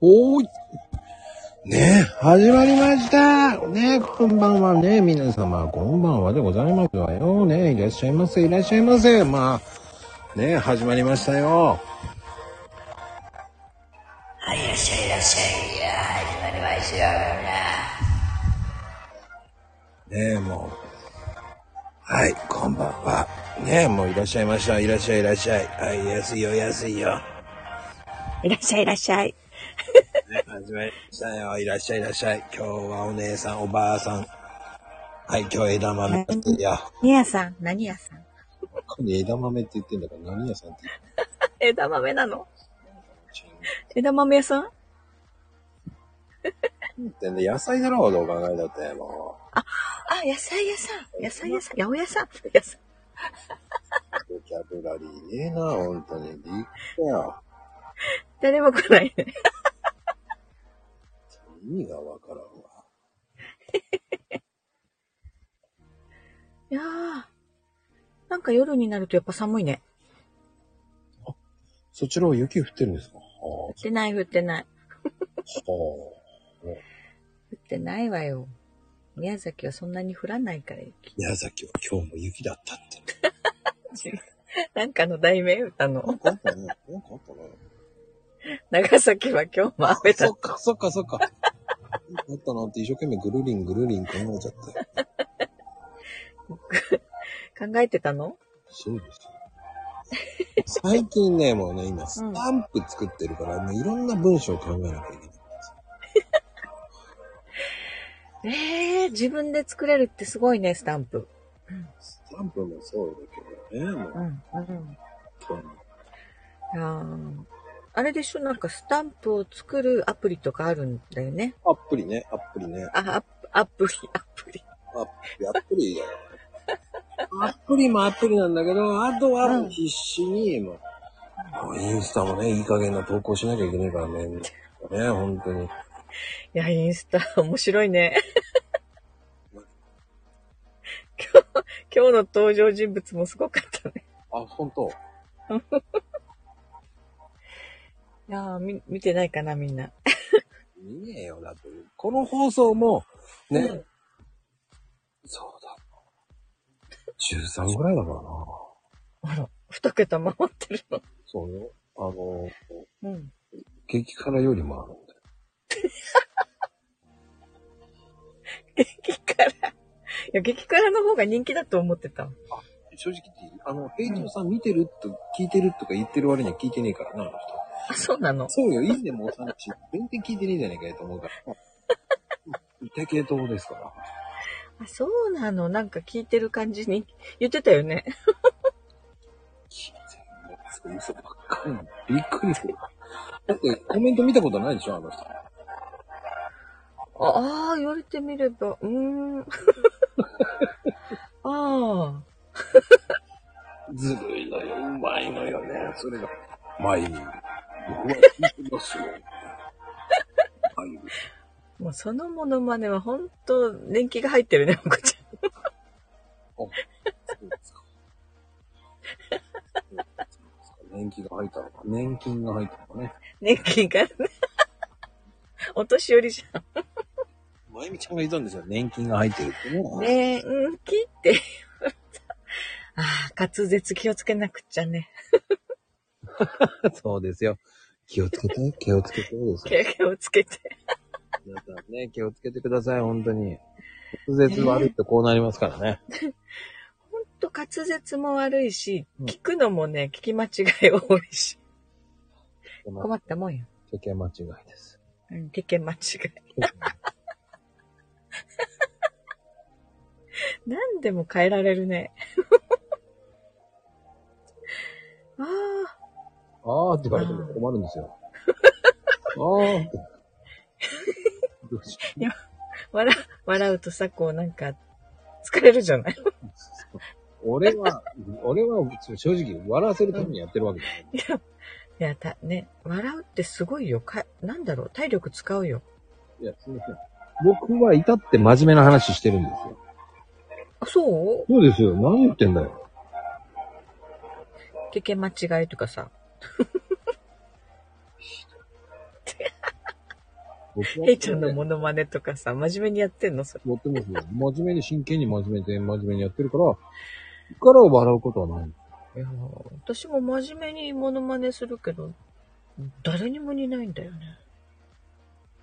おーい。ねえ、始まりました。ねえ、こんばんはね、皆様、こんばんはでございますわよ。ねえ、いらっしゃいませ、いらっしゃいませ。まあ、ねえ、始まりましたよ。はい、いらっしゃい、いらっしゃい。いやー、始まりましたよ、ねえ、もう。はい、こんばんは。ねえ、もういらっしゃいました。いらっしゃい、いらっしゃい。はい、安いよ、安いよ。いらっしゃい、いらっしゃい。ね、始まりましたよ。いらっしゃい、いらっしゃい。今日はお姉さん、おばあさん。はい、今日枝豆だってよ。何屋さん何屋さんこれ枝豆って言ってんだから何屋さんって言って枝豆なのんの枝豆屋さんでね、野菜だろう、どう考えたって、もあ、野菜屋さん。野菜屋さん。八百屋さん。野菜う。ボキャブラリーねえな、本当に。びっくりだよ。誰も来ないね。意味がわからんわ。いやー。なんか夜になるとやっぱ寒いね。そちらは雪降ってるんですかは降ってない、降ってなあ、はい。あ。降ってないわよ。宮崎はそんなに降らないから雪。宮崎は今日も雪だったって。なんかの題名歌の。なんかあったね。なんかあったね。長崎は今日も雨だそ。っか、そっか、そっか。なんかあったなって一生懸命ぐるりんぐるりん考えちゃって。考えてたのそうですよ。最近ね、もうね、今、スタンプ作ってるから、もういろんな文章を考えなきゃいけない。えー、自分で作れるってすごいね、スタンプ。スタンプもそうだけどね、もうう。ん、うん。今日もあーあれでしょなんかスタンプを作るアプリとかあるんだよね。アプリね、アプリね。あ、アプアプリ、 アプリ。アプリ、アプリだよ。アプリもアプリなんだけど、あとはうん必死に、もう、インスタもね、いい加減な投稿しなきゃいけないからね。ね、本当に。いや、インスタ面白い ね。今日、今日の登場人物もすごかったね。あ、本当いやーみ見てないかな、みんな。見ねえよ、だって。この放送も、ね、うんそうだ。13ぐらいだからな。あら、二桁守ってるの。そうよ。あの、うん。激辛よりもあるんだよ。激辛。いや、激辛の方が人気だと思ってた。正直言っていいあの、平常さん見てると、聞いてるとか言ってる割には聞いてねえからな、あの人。あ、そうなの。そうよ、いいねも押さないし、全然聞いてねえじゃねえかよと思うから。いた系統ですから。あ、そうなの。なんか聞いてる感じに言ってたよね。聞いて嘘ばっかりなの。びっくりする。だってコメント見たことないでしょ、あの人。ああ、言われてみれば、うーん。 ああ、ずるいのよ、うまいのよね、それが。前に、僕は聞いて ますよ。はいもうそのモノマネは本当年季が入ってるね、おこちそうですか。 そうですか年金が入ったのか、年金が入ったのかね。ゃん。年季がね。お年寄りじゃまゆみちゃんが言ったんですよ、年金が入ってるってね。 ん。ねえ、うん、きって言われた。ああ、滑舌気をつけなくっちゃね。そうですよ。気をつけて、気をつけてですよ。気気をつけて。 皆さんね、気をつけてください、本当に。滑舌悪いとこうなりますからね。ほんと滑舌も悪いしう、ん聞くのもね、聞き間違い多いし。困ったもんよ。世間間違いです。 うん、聞け間違い。何でも変えられるね。 ああ。あーって言われても困るんです よ。あーって。どうしよ笑う、笑うとさ、こうなんか、疲れるじゃないう俺は、俺は正直笑わせるためにやってるわけじゃない。いや、た、ね、笑うってすごいよ。か、なんだろう、体力使うよ。いや、すみません。僕は至って真面目な話してるんですよ。あ、そうそうですよ。何言ってんだよ。経験間違いとかさ。僕はヘイちゃんのモノマネとかさ、真面目にやってんのそれ。やってますよ。真面目に、真剣に真面目で、真面目にやってるから、から笑うことはない。いやー私も真面目にモノマネするけど、誰にも似ないんだよね。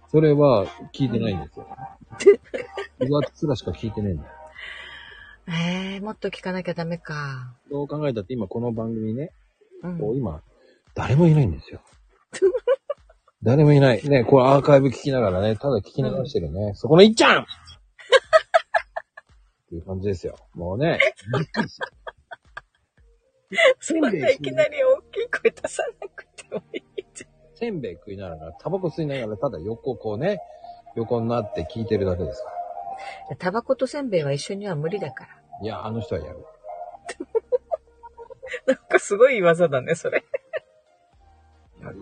それは聞いてないん ですよ。うわっつらしか聞いてないんだよ。えー、もっと聞かなきゃダメか。どう考えたって今この番組ね、うん。もう今、誰もいないんですよ。誰もいない。ね、これアーカイブ聞きながらね、ただ聞き流してるね。そこのいっちゃんっていう感じですよ。もうね、びっくりしたそんないきなり大きい声出さなくてもいいじせんべい食いながら、タバコ吸いながら、ただ横こうね、横になって聞いてるだけですから。ゃん。タバコとせんべいは一緒には無理だから。いや、あの人はやる。なんかすごい技だね、それ。やる。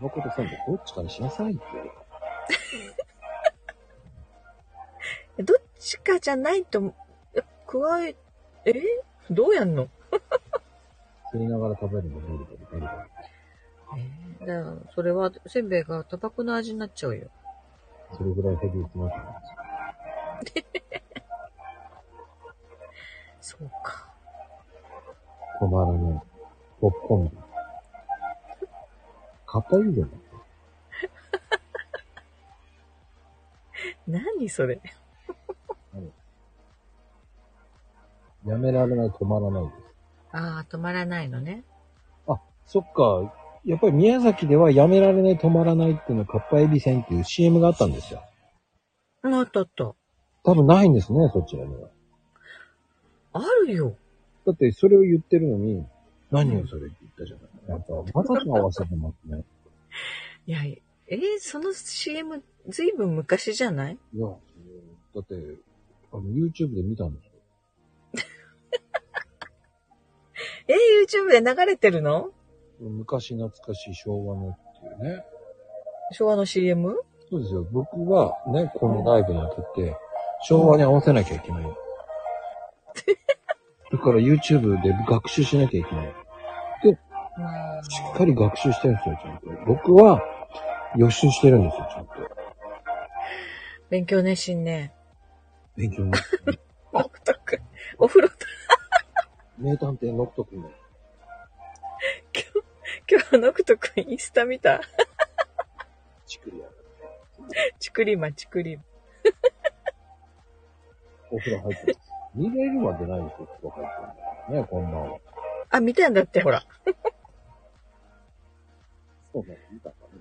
タバコとせんべいどっちかにしなさいって。どっちかじゃないと、え加え、えどうやんの吸いながら食べるの無理だよ、無理だよ。えーだからそれは、せんべいがタバコの味になっちゃうよ。それぐらいヘビーきますね。そうか。止まらない。ポップコーン。買ったらいいじゃない何それ。やめられない、止まらないです。ああ、止まらないのね。あ、そっか。やっぱり宮崎ではやめられない、止まらないっていうのはカッパエビせんっていう CM があったんですよ。あったあった。多分ないんですね、そちらには。あるよ。だってそれを言ってるのに、何をそれって言ったじゃない。やっぱ、わざと合わせてますね。いや、えーその CM、ずいぶん昔じゃないいや、だって、あの、YouTube で見たんですよ。えー YouTube で流れてるの昔懐かしい昭和のっていうね。昭和の CM? そうですよ。僕はね、このライブにあたって、昭和に合わせなきゃいけない。だから YouTube で学習しなきゃいけない。しっかり学習してるんですよ、ちゃんと。僕は予習してるんですよ、ちゃんと。勉強熱心ね。勉強も。 お風呂くんお風呂と、名探偵ノクト君も。今日のくとくんインスタ見たチクリやる。チクリマ、チクリマ。お風呂入ってる。見れるわけないですよ、お風呂入ってるんだからね、こんばんは。あ、見たんだって、ほら。そうね、見たかね。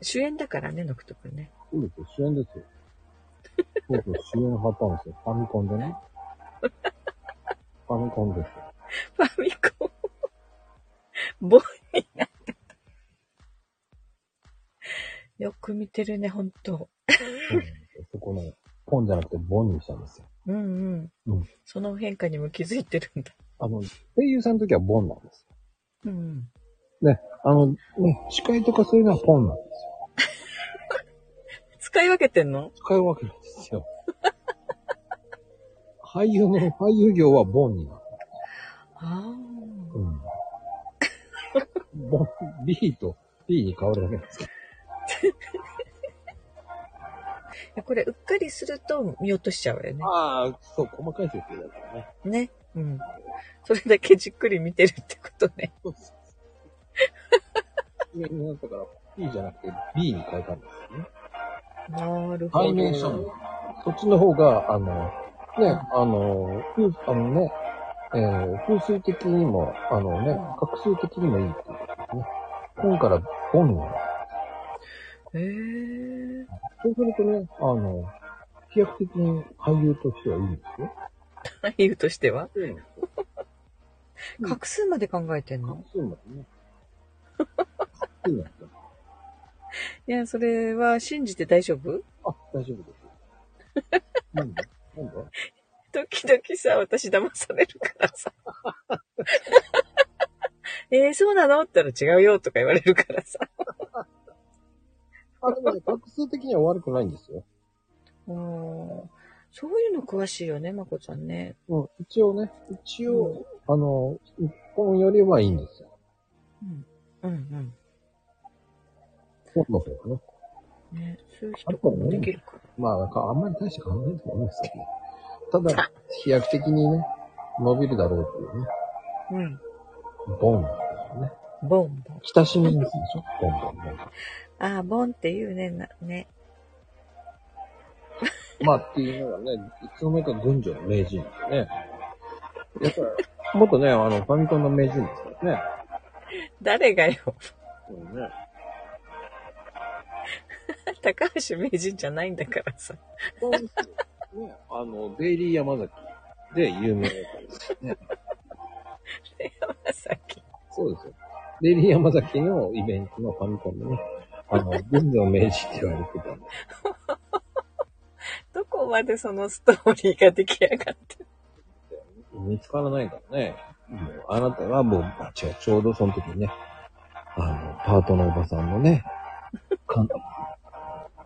主演だからね、のくとくんね。そうですよ、主演ですよ。そうそう、主演派ったんですよ。ファミコンでね。ファミコンですよ。ファミコン。ボンになってた。よく見てるね、ほんと。そこね、ポンじゃなくてボンにしたんですよ。うんうん。うんその変化にも気づいてるんだ。あの、声優さんの時はボンなんですよ。うん。あの、ね、司会とかそういうのはポンなんですよ。使い分けてんの使い分けるんですよ。 俳優の、俳優業はボンになる。あ うん。ボン、B と B に変わるだけなんですよ。あ。これ、うっかりすると見落としちゃうよね。ああ、そう、細かい設定だからね。ね。うん。それだけじっくり見てるってことね。そうそうそう。上になったから、B じゃなくて B に変えたんですよね。なる対面したの。そっちの方が、あの、ね、あの、風あのね、えー風水的にも、あのね、画数的にもいいっていうことですね。今からボンになる。へえ。そうするとね、あの、飛躍的に俳優としてはいいんですよ。俳優としてはうん。うん画数まで考えてん画の数ま でね。そうなんですよいや、それは信じて大丈夫あ、大丈夫です。なんでなんで時々さ、私騙されるからさ。 えー、そうなのって言ったら違うよとか言われるから さ。あ、でもね、画数的には悪くないんですよ。うん。そういうの詳しいよね、まこちゃんね。うん、一応ね、一応、うんあの、一本よりはいいんですよ。うん。うんそうそうそうね。うん。ね、そういう人もできるかまあ、なんかあんまり大して変わらないと思うんですけど。ただ、飛躍的にね、伸びるだろうっていうね。ら。うん。ボンですよね。ボンボン。親しみですでしょボンボンボン。ああ、ボンって言うね、な、ね。まあっていうのがね、いつの間にか群女の名人ですね。やっぱ、もっとね、あの、ファミコンの名人ですからね。誰がよ。 うんね。高橋名人じゃないんだからさ。 ね、あの、デイリー山崎で有名だったんですよね。山崎。そうですよ。デイリー山崎のイベントのファミコンでね、あの、群女の名人って言われてたんで。どこまでそのストーリーが出来上がってる見つからないからね。もうあなたはもう、あ違う、ちょうどその時にね、あの、パートのおばさんのね、か、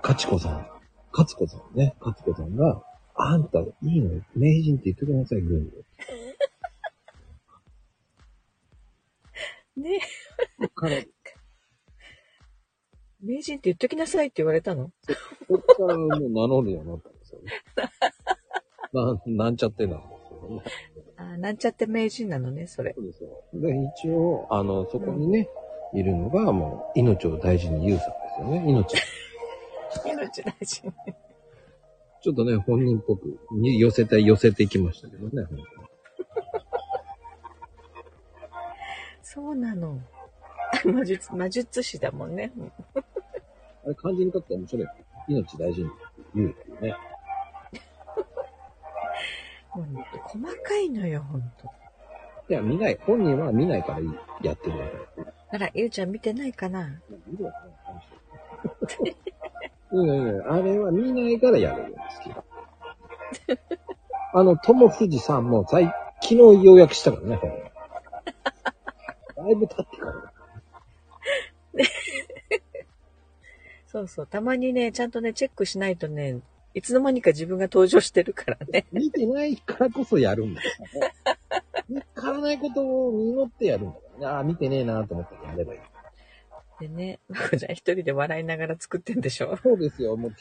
かちこさん、かつこさんね、かつこさんが、あんた、いいのよ名人って言ってください、軍ねで。から、こ名人って言っときなさいって言われたのっからもう名乗るようになったんですよね。なん、なんちゃってなんですよね。ああ、なんちゃって名人なのね、それ。そうですよ。で、一応、あの、そこにね、いるのが、もう、命を大事に言うさんですよね。命。命大事に。ちょっとね、本人っぽくに寄せて寄せてきましたけどね。本当にそうなの。あ 魔術、魔術師だもんね。うんあれ、漢字に書くと面白いよ。命大事に言うっていうね。もう細かいのよ、ほんと。いや、見ない。本人は見ないからいいやってるわけだかあら、ゆうちゃん見てないかなら。見るわけないあの人いやいやいや、あれは見ないからやれるんですけど。あの、友藤さんも最、昨日ようやくしたからね、本人だいぶ経ってからだ。そうそう。たまにね、ちゃんとね、チェックしないとね、いつの間にか自分が登場してるからね。見てないからこそやるんだからね。見つからないことを実ってやるんだからね。ああ、見てねえなと思ってやればいい。 でね、まこちゃん一人で笑いながら作ってんでしょ そうですよ、もう。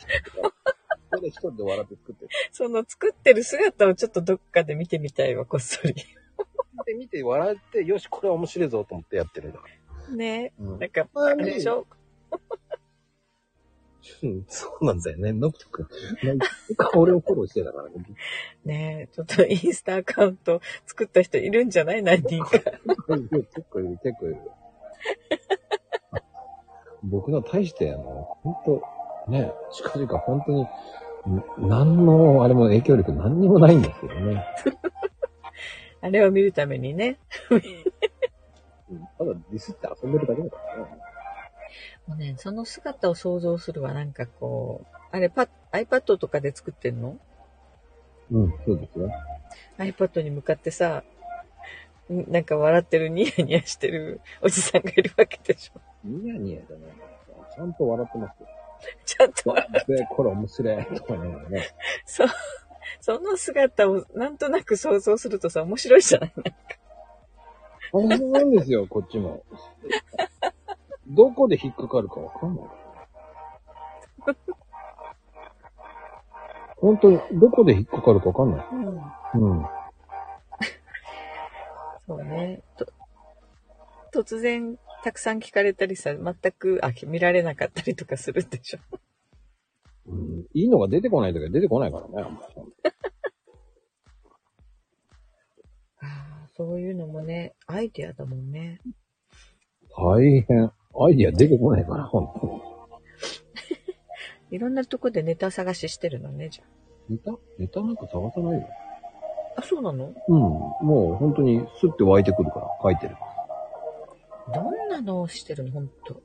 これ一人で笑って作ってる。その作ってる姿をちょっとどっかで見てみたいわ、こっそり。で、見て笑って、よし、これは面白いぞと思ってやってるんだから。ねうんなんか、あれでしょうんそうなんだよね。ノクト君。なんか俺をフォローしてたからね。ねちょっとインスタアカウント作った人いるんじゃない何人 か。結構いる、結構いる、結構いる。僕の大して、あの、本当ね、近々本当に、ん何の、あれも影響力何にもないんですけどね。あれを見るためにね。ただディスって遊んでるだけだからね。もうね、その姿を想像するわ、なんかこう。あれ、パ iPad とかで作ってんのうん、そうですよ。 iPad に向かってさ、んなんか笑ってる、ニヤニヤしてるおじさんがいるわけでしょ。ニヤニヤじゃないんだよちゃんと笑ってますよ。ちゃんと笑う。で、これ面白いとかね。ねそう。その姿をなんとなく想像するとさ、面白いじゃない面白いんですよ、こっちも。どこで引っかかるかわかんない。本当に、どこで引っかかるかわかんない。うん。うん。そうね。と突然、たくさん聞かれたりさ、全く、あ、見られなかったりとかするんでしょ。うん、いいのが出てこないときは出てこないからね、あんまり。ああ、そういうのもね、アイディアだもんね。大変。アイディア出てこないから、本当に。いろんなとこでネタ探ししてるのね、じゃネタネタなんか探さないよ。あ。あ、そうなのうん。もう本当にスッて湧いてくるから、書いてる。どんなのをしてるの、ほんと。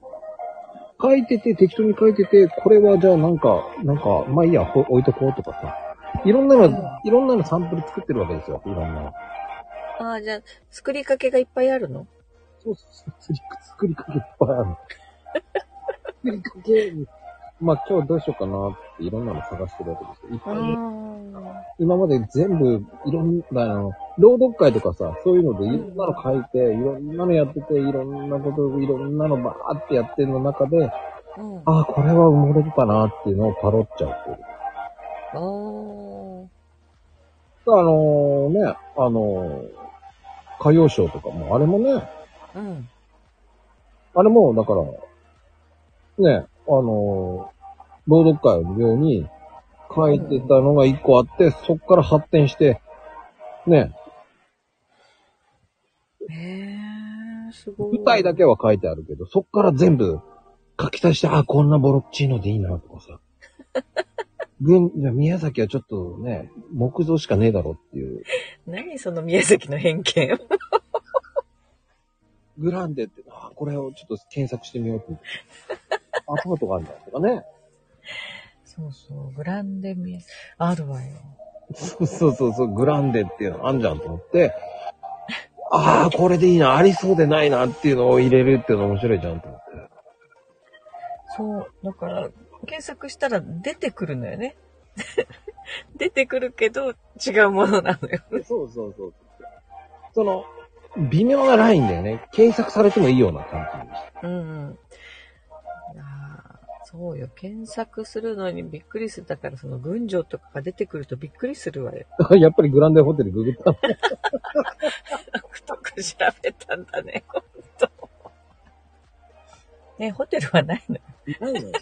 書いてて、適当に書いてて、これはじゃあなんか、なんか、まあいいや、ほ置いとこうとかさ。いろんなの、いろんなのサンプル作ってるわけですよ、いろんなの。ああ、じゃあ、作りかけがいっぱいあるのそうそう、作り、作りかけいっぱいある。作りかけ、まあ今日どうしようかなっていろんなの探してるわけですよ。いっあぱいね。あ。今まで全部、いろんな、あの、朗読会とかさ、そういうのでいろんなの書いて、いろんなのやってて、いろんなこと、いろんなのばーってやってるの中で、うん。うん。あああ、これは埋もれてたなっていうのをパロっちゃうっていう。ー。あのね、あの歌謡賞とかも、あれもね、うん。あれも、だから、ね、あの朗読会のように書いてたのが一個あって、そっから発展して、ね、へえ、すごい。舞台だけは書いてあるけど、そっから全部書き足して、あ、こんなボロッチーノでいいな、とかさ。群じゃあ宮崎はちょっとね、木造しかねえだろっていう。何その宮崎の偏見。グランデって、あ、これをちょっと検索してみようと思って。アパートがあるんだとかね。そうそう、グランデミエ、あるわよ。そうそうそうそう、グランデっていうのあんじゃんと思って、ああ、これでいいな、ありそうでないなっていうのを入れるっていうの面白いじゃんと思って。そう、だから、検索したら出てくるのよね。 出てくるけど、違うものなのよ。そうそうそう。その、微妙なラインだよね。検索されてもいいような感じ。うんうん。いやーそうよ、検索するのにびっくりする。だからその群青とかが出てくるとびっくりする わよ。やっぱりグランデホテルググった。太く調べたんだね、ほんと。ね、ホテルはないのよ。ないのよ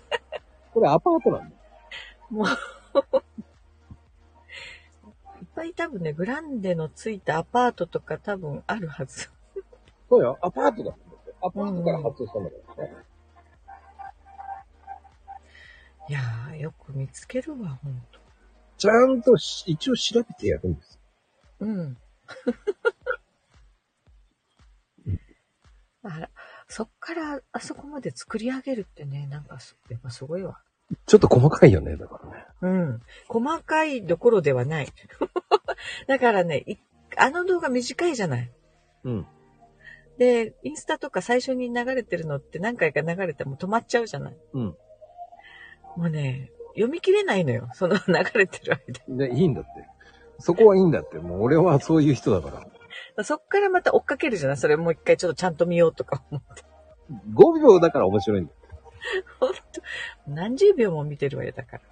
これアパートなんだよ。もういっぱい多分ね、グランデのついたアパートとか多分あるはず。そうよ、アパートだもん。アパートから発想したんだからね。いやー、よく見つけるわ、ほんと。ちゃんとし一応調べてやるんです。うん。 あら、そっからあそこまで作り上げるってね、なんかす、やっぱすごいわ。ちょっと細かいよね、だからね。うん。細かいどころではない。 だからね、いあの動画短いじゃない。うん。で、インスタとか最初に流れてるのって何回か流れてもう止まっちゃうじゃない。うん。もうね、読み切れないのよ。その 流れてるで、いいんだって。そこはいいんだって。もう俺はそういう人だから。間。そっからまた追っかけるじゃない。それもう一回ちょっとちゃんと見ようとか 思って。 5秒だから面白いんだよ。ほんと。何十秒も見てるわよ、だから。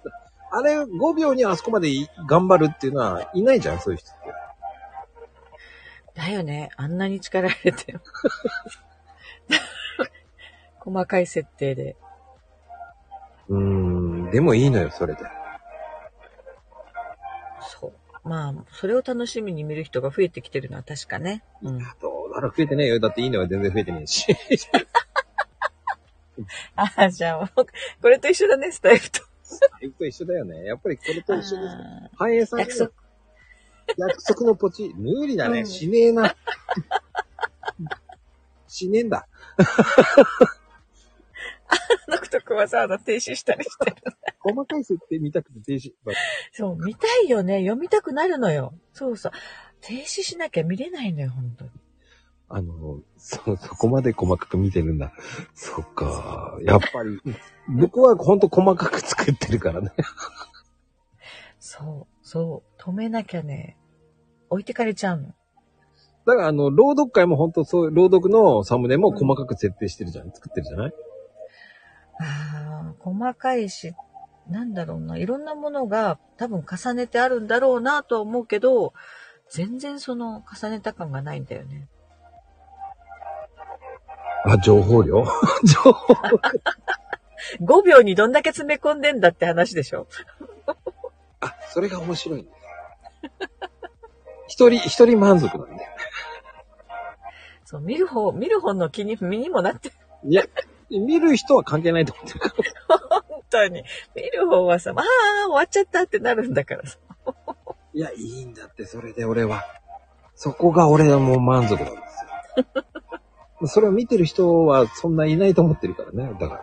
あれ、5秒にあそこまでい頑張るっていうのは、いないじゃん、そういう人って。だよね。あんなに力入れて。 細かい設定で。うーん、でもいいのよ、それで。そう。まあ、それを楽しみに見る人が増えてきてるのは確かね。うん。どうだろう、増えてねえよ。だっていいのは全然増えてねえ し。ああ、じゃあ、これと一緒だね、スタイルと。僕と一緒だよね。やっぱりこれと一緒ですね。あ繁栄さーんの約束。約束のポチ。無理だね。うんしねえな。しねえんだ。あのことくわざわざ停止したりしてる。細かい設定見たくて停止。そう、見たいよね。読みたくなるのよ。そうそう。停止しなきゃ見れないのよ、本当に。あの、そ、そこまで細かく見てるんだ。そっか。やっぱり、僕はほんと細かく作ってるからね。そう、そう。止めなきゃね、置いてかれちゃうの。だからあの、朗読会もほんとそう、朗読のサムネも細かく設定してるじゃん。作ってるじゃないああ、細かいし、なんだろうな、いろんなものが多分重ねてあるんだろうなとは思うけど、全然その重ねた感がないんだよね。あ、情報量 情報。 5秒にどんだけ詰め込んでんだって話でしょあ、それが面白いんです。一人、一人満足なんだよ。そう、見る方、見る方の気に、身にもなって、いや、見る人は関係ないと思ってるから。本当に。見る方はさ、ああ、終わっちゃったってなるんだからさ。いや、いいんだって、それで俺は。そこが俺はもう満足なんですよ。そ れを見てる人はそんないないと思ってるからね。だか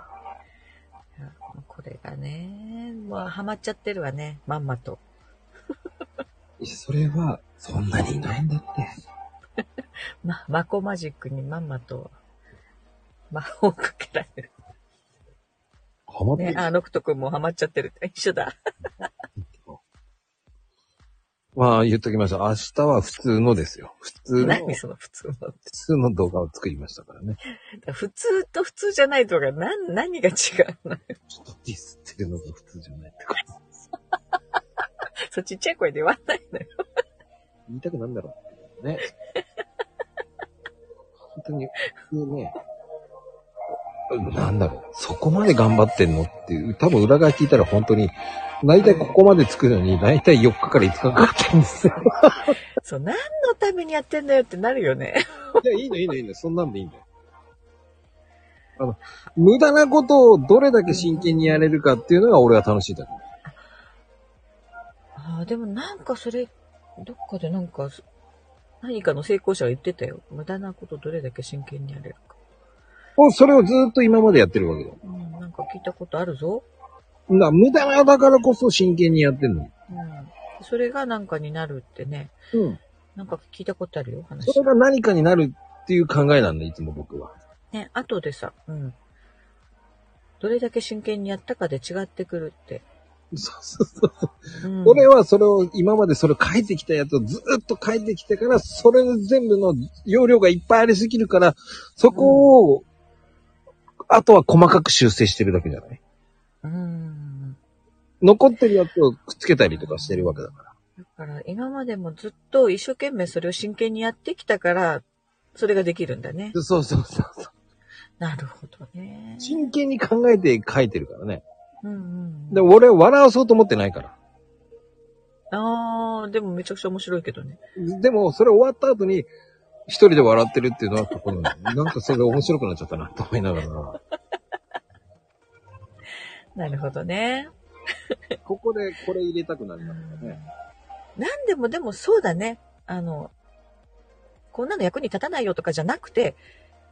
ら。これがね、まあ、ハマっちゃってるわね、まんまと。いや、それは、そんなにいないんだって。ま、マコマジックにまんまと、魔法をかけられる。ハマってね、るあ、ノクト君もハマっちゃってる。一緒だ。けど。まあ、言っときました。明日は普通のですよ。普通の、何普その普通の。だか通の動画を作りましたからね。ら普通と普通じゃないとか、なん、何が違うのちょっとディスってるのが普通じゃないってこと。そう、ちっちゃい声で言わないのよ。言いたくなんだろうっていうね。本当に、普通ね、なんだろう、そこまで頑張ってんのっていう、多分裏側聞いたら本当に、大体ここまで作るのに、大体4日から5日かかってるんですよ。そう、何のためにやってんだよってなるよね。いや、いいの、いいの、いいの。そんなんでいいんだよ。あの、無駄なことをどれだけ真剣にやれるかっていうのが俺は楽しいだろああ、でもなんかそれ、どっかでなんか、何かの成功者が言ってたよ。無駄なことどれだけ真剣にやれるか。う。それをずっと今までやってるわけだ。だかうん、なんか聞いたことあるぞ。ら無駄なだからこそ真剣にやってんの。うん。それがなんかになるってね。うん。なんか聞いたことあるよ、話そ。れが何かになるっていう考えなんだ、いつも僕は。ね、後でさ、うん。どれだけ真剣にやったかで違ってくるって。そうそうそう。うん、俺はそれを、今までそれを書いてきたやつをずーっと書いてきてから、それ全部の容量がいっぱいありすぎるから、そこを、あとは細かく修正してるだけじゃないうん。残ってるやつをくっつけたりとかしてるわけだから。だから今までもずっと一生懸命それを真剣にやってきたから、それができるんだね。そうそうそう。なるほどね。真剣に考えて書いてるからね。うんうん。で、俺笑わそうと思ってないから。ああ、でもめちゃくちゃ面白いけどね。でも、それ終わった後に、一人で笑ってるっていうのは心の、なんかそれ面白くなっちゃったなと思いながら、なるほどね。ここでこれ入れたくなりうますよんね。なんでもでもそうだね。あの、こんなの役に立たないよとかじゃなくて、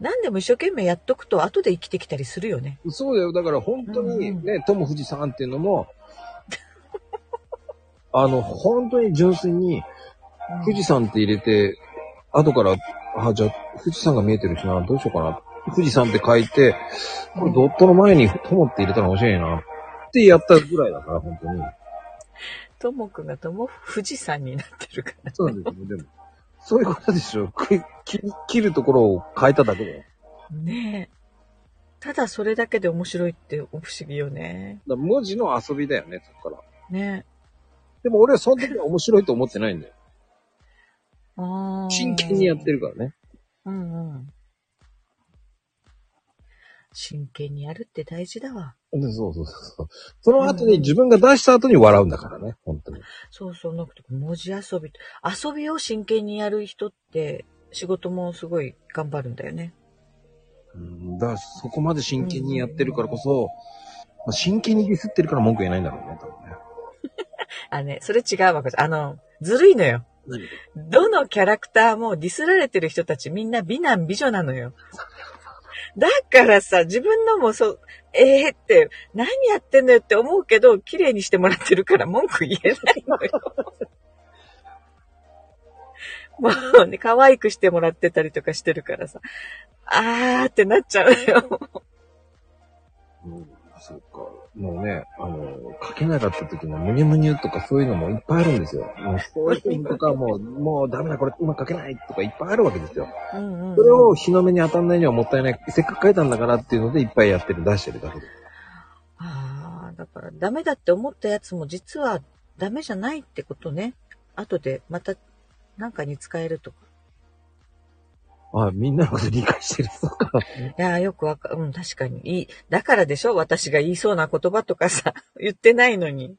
何でも一生懸命やっとくと後で生きてきたりするよね。そうだよ。だから本当にうんね、トム・フジさんっていうのも、 あの、本当に純粋に、うん富士山って入れて、後から、あ、じゃあ、富士山が見えてるしな、どうしようかな。富士山って書いて、これドットの前にトモって入れたら面白いな。ってやったぐらいだから、本当に。ともくんがとも富士山になってるから。そうなんですよ、でも。そういうことでしょ。く切り切るところを変えただけだよ。だかねえ。ただそれだけで面白いって不思議よね。ら文字の遊びだよね、そこから。ねえ。でも俺はその時は面白いと思ってないんだよ。ああ。真剣にやってるからね。うんうん。真剣にやるって大事だわ。でそうそうそうそう。その後に自分が出した後に笑うんだからね、本当に。そうそう、なんか文字遊び。遊びを真剣にやる人って、仕事もすごい頑張るんだよね。うんだからそこまで真剣にやってるからこそ、まあ、真剣にディスってるから文句言えないんだろうね、多分ね。あ、ね、それ違うわ、これあの、ずるいのよ。どのキャラクターもディスられてる人たちみんな美男美女なのよ。だからさ、自分のもそう、えーって、何やってんのよって思うけど、綺麗にしてもらってるから文句言えないのよ。もうね、可愛くしてもらってたりとかしてるからさ、あーってなっちゃうのよ。うん、そうか。もうね、あの、書けなかった時のムニュムニュとかそういうのもいっぱいあるんですよ。もうそういうのとかもう、もうダメだ、これうまく書けないとかいっぱいあるわけですよ。うんうんうんそれを日の目に当たんないにはもったいない。せっかく書いたんだからっていうのでいっぱいやってる、出してるだけで。ああ、だからダメだって思ったやつも実はダメじゃないってことね。後でまたなんかに使えるとか。あ、みんなのこと理解してる。そうか。いやーよくわか、うん、確かに。いい。だからでしょ私が言いそうな言葉とかさ、 言ってないのに。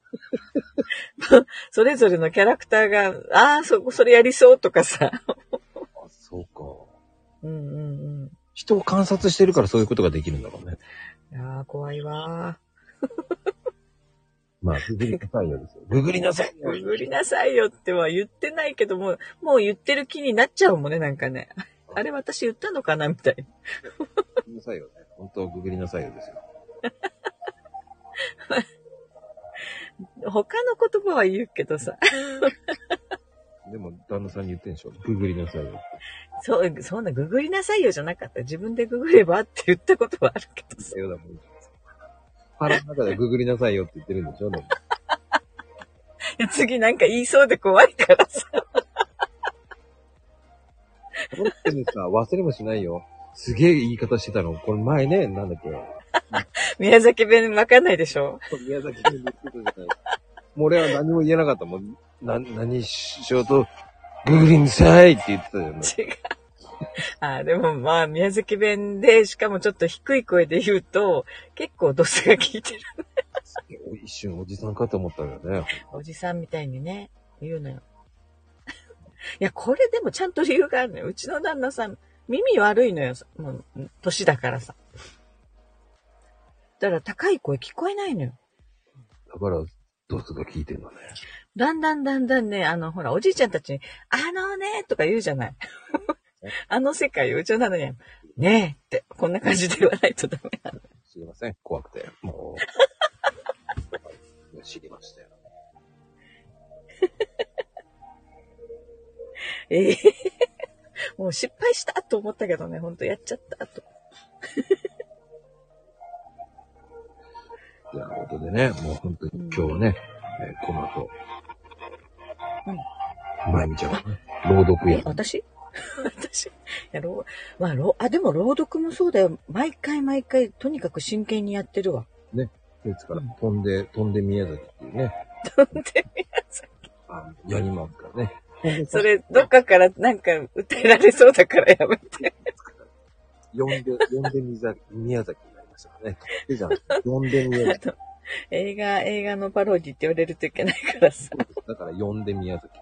それぞれのキャラクターが、ああ、そこ、それやりそうとかさ。あそうか。うんうんうん。人を観察してるからそういうことができるんだろうね。いやー怖いわまあ、ググりなさいよですよ。ググりなさいー。よググりなさいよっては言ってないけども、もう言ってる気になっちゃうもんね、なんかね。あれ私言ったのかなみたいな。ググりなさいよね。本当はググりなさいよですよ。他の言葉は言うけどさ。 でも、旦那さんに言ってんでしょ。ググりなさいよ。そう、そんなググりなさいよじゃなかった。自分でググればって言ったことはあるけどさ。よだもん。腹の中でググりなさいよって言ってるんでしょ。でもで次なんか言いそうで怖いからさ。思ってるさ、忘れもしないよ。すげえ言い方してたの。これ前ね、なんだっけ。宮崎弁わかんないでしょ宮崎弁で言ってたじゃない。もう俺は何も言えなかったもん。な、何しようと、グーリングさいって言ってたじゃない。違う。あでもまあ、宮崎弁で、しかもちょっと低い声で言うと、結構ドスが効いてる。一瞬おじさんかと思ったよね。おじさんみたいにね、言うのよ。 いや、これでもちゃんと理由があるのよ。うちの旦那さん、耳悪いのよ。もう、年だからさ。だから高い声聞こえないのよ。だから、ドスが効いてんのね。だんだんだんだんね、あの、ほら、おじいちゃんたちに、あのね、とか言うじゃない。 あの世界をうちの旦那には、ねえって、こんな感じで言わないとダメ。すいません。怖くて。もう、 知りましたよ。ええもう失敗したと思ったけどね、ほんとやっちゃったと。いや、本当でね、もう本当に今日はね、えーこの後、まゆみちゃんがね、朗読やえ、私 私いやろうまあ、ろうあ、でも朗読もそうだよ。毎回毎回、とにかく真剣にやってるわ。ですから、飛んで、飛んで宮崎っていうね、とんでみあのやりますからね。それ、どっかからなんか歌えられそうだからやめて。呼んで、 呼んでみざ宮崎になりましたから ね。いいじゃん。呼んで宮崎。映画、映画のパロディって言われるといけないからさ。だから、呼んで宮崎。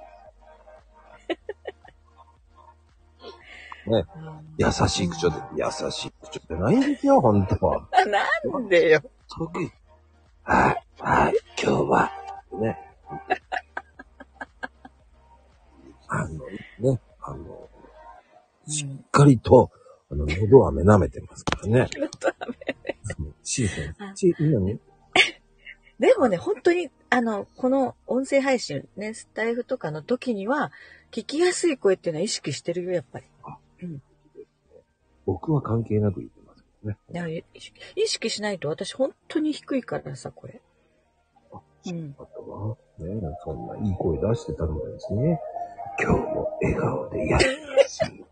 ね、優しい口調で、優しい口調じゃないんですよ、ほんと。あなんでよ。特に。はい、はい、今日は、ね。 あの、ね、あの、しっかりと、あの、喉は舐めてますからね。シーズン。ち、今ね、でもね、本当に、あの、この音声配信、ね、スタイフとかの時には、聞きやすい声っていうのは意識してるよ、やっぱり。僕は関係なく言ってますけどね。だから意識意識しないと私本当に低いからさ、これ。うん。あとは、ね、そんないい声出してたみたいですね。今日も笑顔でやるし。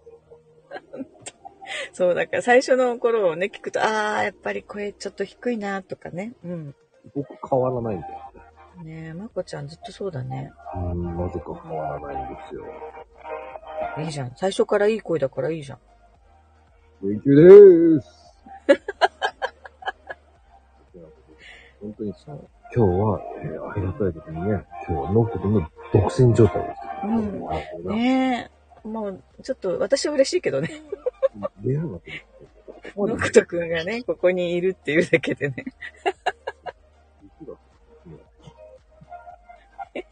そう、だから最初の頃をね、聞くと、ああ、やっぱり声ちょっと低いな、とかね。うん。僕変わらないんだよね。ねえ、まこちゃんずっとそうだね。うん、なぜか変わらないんですよ。いいじゃん。最初からいい声だからいいじゃん。勉強でーす。本当にさ、今日は、えー、ありがたいことにね、今日はノフト君の独占状態です。うあんのね、ねえ。もう、ちょっと、私は嬉しいけどね。出会うわけですよノクト君がね、ここにいるっていうだけで ね。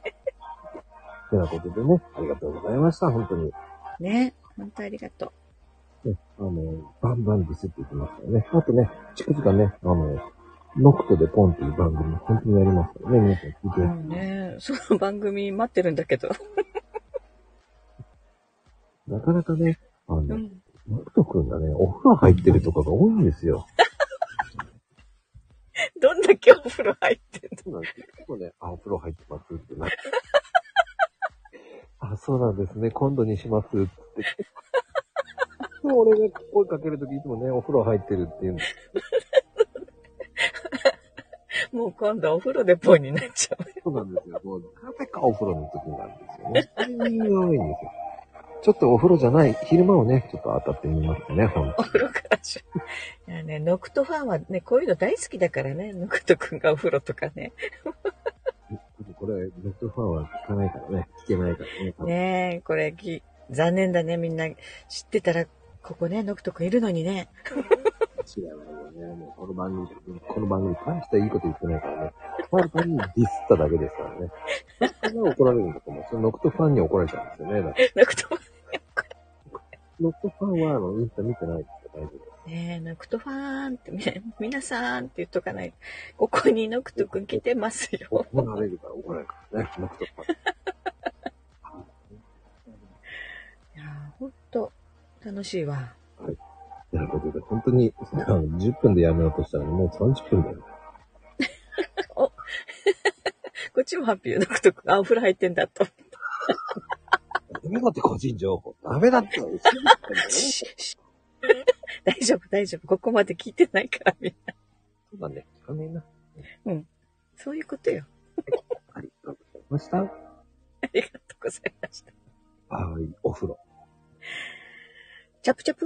てなことでね、ありがとうございました、本当に。ねえ。本当ありがと。ね、あの、バンバンディスっていきますからね。あとね、近々ね、あの、ノクトでポンっていう番組、本当にやりますからね、皆さん聞いうて。うん、ねえ。その番組待ってるんだけど。なかなかね、あの、うん。ノクト君がね、お風呂入ってるとかが多いんですよ。どんだけお風呂入ってんのそうなんですよ。結構ね、あ、お風呂入ってますってなって。 あ、そうなんですね。今度にしますって。でも俺が声かけるときいつもね、お風呂入ってるっていうんです。もう今度お風呂でポンになっちゃう。そうなんですよ。もう、なぜかお風呂の時になるんですよね。タイミングが多いんですよ。ちょっとお風呂じゃない、昼間をね、ちょっと当たってみますね、ほん とお風呂からし。いやね、ノクトファンはね、こういうの大好きだからね、ノクトくんがお風呂とかね。これ、ネットファンは聞かないからね、聞けないからね。多分ねえ、これ、ぎ残念だね、みんな。知ってたら、ここね、ノクトくんいるのにね。知らないよね。もうこの番組、この番組、大したいいこと言ってないからね。ただ単にディスっただけですからね。それが怒られるんだと思う。そのノクトファンに怒られちゃうんですよね。だからノクトファノクトファンは、あの、インスタ見てないから大丈夫。ン。ねえ、ノクトファンって、み、皆さんって言っとかない。ここにノクトくん来てますよ。怒られるから怒られるからね。ノクトファン。いやー、ほんと、楽しいわ。ということで、本当に、あの10分でやめようとしたらもう30分だよ。こっちもハッピーよ。独特。あ、お風呂入ってんだと。ダメだって個人情報。ダメだって。大丈夫、大丈夫。ここまで聞いてないから、みんな。そうだね。みんな。そういうことよ。ありがとうございました。はありがとうございました。い、お風呂。チャプチャプ